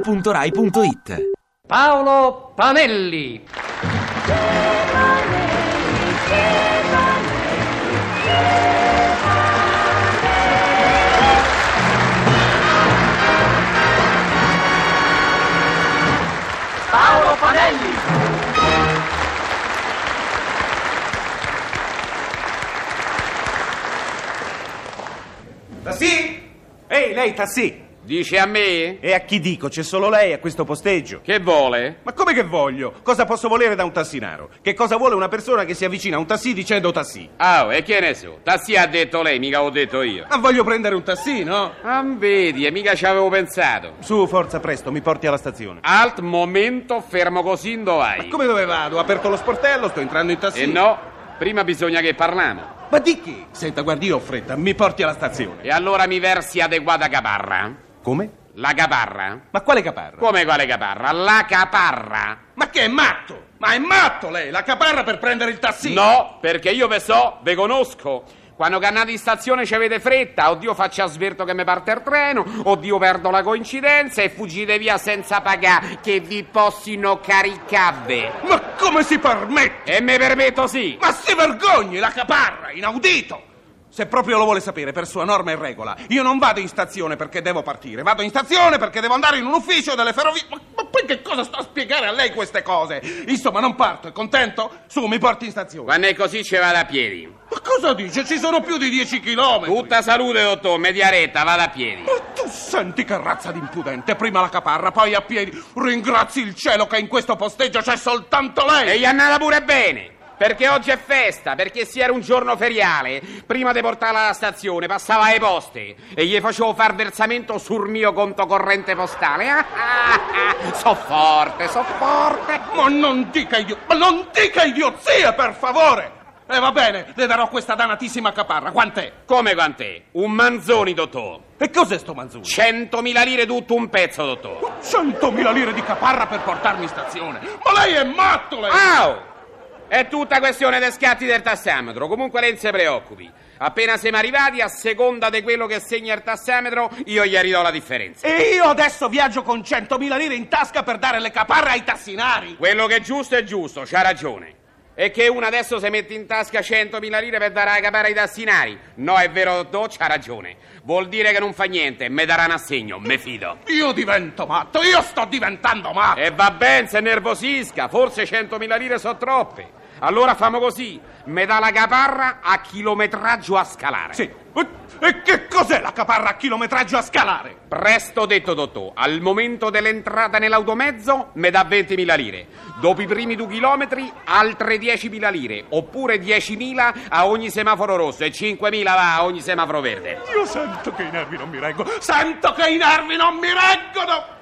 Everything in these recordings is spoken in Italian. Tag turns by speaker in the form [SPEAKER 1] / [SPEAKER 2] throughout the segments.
[SPEAKER 1] radio2pod.rai.it
[SPEAKER 2] Paolo Panelli. Paolo Panelli.
[SPEAKER 3] Tassi? Ehi, lei Tassi?
[SPEAKER 2] Dice a me?
[SPEAKER 3] E a chi dico? C'è solo lei a questo posteggio.
[SPEAKER 2] Che vuole?
[SPEAKER 3] Ma come che voglio? Cosa posso volere da un tassinaro? Che cosa vuole una persona che si avvicina a un tassi dicendo tassi?
[SPEAKER 2] Ah, oh, e che ne so? Tassi ha detto lei, mica ho detto io.
[SPEAKER 3] Ma voglio prendere un tassi, no?
[SPEAKER 2] Ah, vedi, e mica ci avevo pensato.
[SPEAKER 3] Su, forza, presto, mi porti alla stazione.
[SPEAKER 2] Alt momento, fermo così, in vai?
[SPEAKER 3] Come dove vado? Ho aperto lo sportello, sto entrando in tassi.
[SPEAKER 2] E Eh no, prima bisogna che parliamo.
[SPEAKER 3] Ma di chi? Senta, guardi, io ho fretta, mi porti alla stazione.
[SPEAKER 2] E allora mi versi adeguata caparra?
[SPEAKER 3] Come?
[SPEAKER 2] La caparra?
[SPEAKER 3] Ma quale caparra?
[SPEAKER 2] Come quale caparra? La caparra!
[SPEAKER 3] Ma che è matto? Ma è matto lei, la caparra per prendere il tassi.
[SPEAKER 2] No, perché io ve so, ve conosco. Quando cannate in stazione ci avete fretta, oddio faccio sverto che mi parte il treno, oddio perdo la coincidenza e fuggite via senza pagare, che vi possino caricare.
[SPEAKER 3] Ma come si permette?
[SPEAKER 2] E mi permetto sì.
[SPEAKER 3] Ma si vergogni, la caparra, inaudito! Se proprio lo vuole sapere, per sua norma e regola, io non vado in stazione perché devo partire, vado in stazione perché devo andare in un ufficio delle ferrovie. Ma, ma poi che cosa sto a spiegare a lei queste cose? Insomma, non parto, è contento? Su, mi porti in stazione.
[SPEAKER 2] Quando è così ci vado a piedi.
[SPEAKER 3] Ma cosa dice? Ci sono più di 10 chilometri.
[SPEAKER 2] Tutta salute, dottor, media retta, vado a piedi.
[SPEAKER 3] Ma tu senti che razza di impudente? Prima la caparra, poi a piedi. Ringrazi il cielo che in questo posteggio c'è soltanto
[SPEAKER 2] E
[SPEAKER 3] lei.
[SPEAKER 2] gli è andata pure bene. Perché oggi è festa, perché si era un giorno feriale. Prima di portarla alla stazione passava ai poste e gli facevo far versamento sul mio conto corrente postale. Ah, ah, ah, so forte, so forte.
[SPEAKER 3] Ma non dica idio- ma non dica idiozie, per favore! E va bene, le darò questa danatissima caparra. Quant'è?
[SPEAKER 2] Come quant'è? Un manzoni, dottor.
[SPEAKER 3] E cos'è sto manzoni?
[SPEAKER 2] 100.000 lire tutto un pezzo, dottor.
[SPEAKER 3] 100.000 lire di caparra per portarmi in stazione. Ma lei è matto, lei!
[SPEAKER 2] Au! È tutta questione dei scatti del tassametro, comunque lei non si preoccupi. Appena siamo arrivati, a seconda di quello che segna il tassametro, io gli ridò la differenza.
[SPEAKER 3] E io adesso viaggio con 100.000 lire in tasca per dare le caparre ai tassinari.
[SPEAKER 2] Quello che è giusto è giusto, c'ha ragione. E che uno adesso si mette in tasca 100.000 lire per dare a capare ai tassinari. No, è vero, Do, c'ha ragione. Vuol dire che non fa niente, me darà un assegno, me fido.
[SPEAKER 3] Io divento matto, io sto diventando matto.
[SPEAKER 2] E va bene, se nervosisca, forse 100.000 lire sono troppe. Allora famo così, me dà la caparra a chilometraggio a scalare.
[SPEAKER 3] Sì. E che cos'è la caparra a chilometraggio a scalare?
[SPEAKER 2] Presto detto, Totò, al momento dell'entrata nell'automezzo me dà 20.000 lire, dopo i primi due chilometri altre 10.000 lire, oppure 10.000 a ogni semaforo rosso e 5.000 va a ogni semaforo verde.
[SPEAKER 3] Io sento che i nervi non mi reggono, sento che i nervi non mi reggono.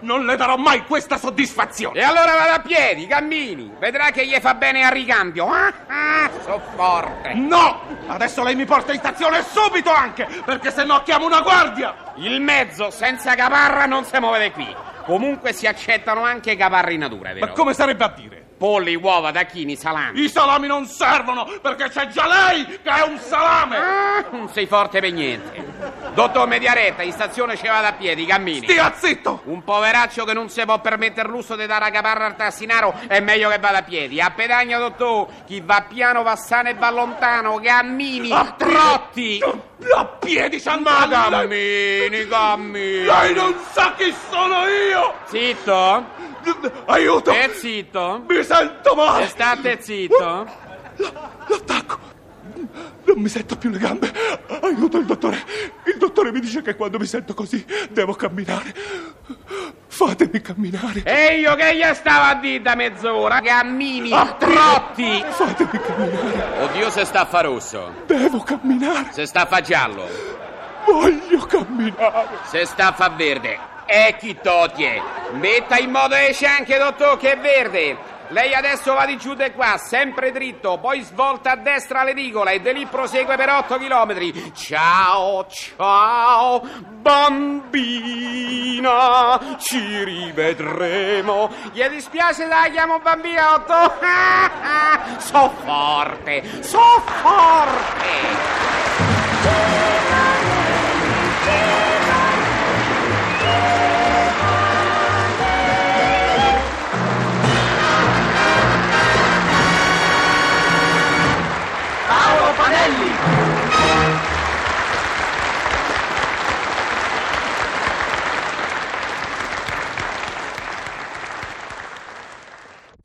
[SPEAKER 3] Non le darò mai questa soddisfazione.
[SPEAKER 2] E allora vado a piedi, cammini, vedrà che gli fa bene al ricambio. Ah, ah, so forte.
[SPEAKER 3] No! Adesso lei mi porta in stazione subito anche, perché se no chiamo una guardia.
[SPEAKER 2] Il mezzo senza caparra non si muove da qui. Comunque si accettano anche caparre in natura, vero?
[SPEAKER 3] Ma come sarebbe a dire?
[SPEAKER 2] Polli, uova, tacchini, salami.
[SPEAKER 3] I salami non servono perché c'è già lei che è un salame!
[SPEAKER 2] Ah, non sei forte per niente. Dottor Mediaretta, in stazione ci vado a piedi, cammini.
[SPEAKER 3] Stia zitto!
[SPEAKER 2] Un poveraccio che non si può permettere il lusso di dare a caparra al tassinaro è meglio che vada a piedi. A pedagna, dottor, chi va piano va sano e va lontano. Cammini,
[SPEAKER 3] A piedi.
[SPEAKER 2] trotti.
[SPEAKER 3] A piedi c'è
[SPEAKER 2] Ma cammini, cammini.
[SPEAKER 3] Lei non sa chi sono io!
[SPEAKER 2] Zitto,
[SPEAKER 3] Aiuto!
[SPEAKER 2] e zitto. Eh,
[SPEAKER 3] Mi sento male!
[SPEAKER 2] State zitto.
[SPEAKER 3] L'attacco! Non mi sento più le gambe! Aiuto il dottore! Il dottore mi dice che quando mi sento così devo camminare! Fatemi camminare!
[SPEAKER 2] E io che gli stavo a dire da mezz'ora. Cammini,
[SPEAKER 3] A piedi.
[SPEAKER 2] trotti.
[SPEAKER 3] Fatemi camminare!
[SPEAKER 2] Oddio se sta a fa rosso,
[SPEAKER 3] Devo camminare!
[SPEAKER 2] se sta a fa giallo.
[SPEAKER 3] Voglio camminare!
[SPEAKER 2] Se sta a fa verde, e chi totie? Metta in modo le anche, dottor, che è verde. Lei adesso va di giù di qua, sempre dritto, poi svolta a destra alle rigole e da lì prosegue per 8 km. Ciao, ciao, bambina, ci rivedremo. Gli dispiace se la chiamo bambina, Otto? so forte, so forte.
[SPEAKER 4] Giovane, giovane,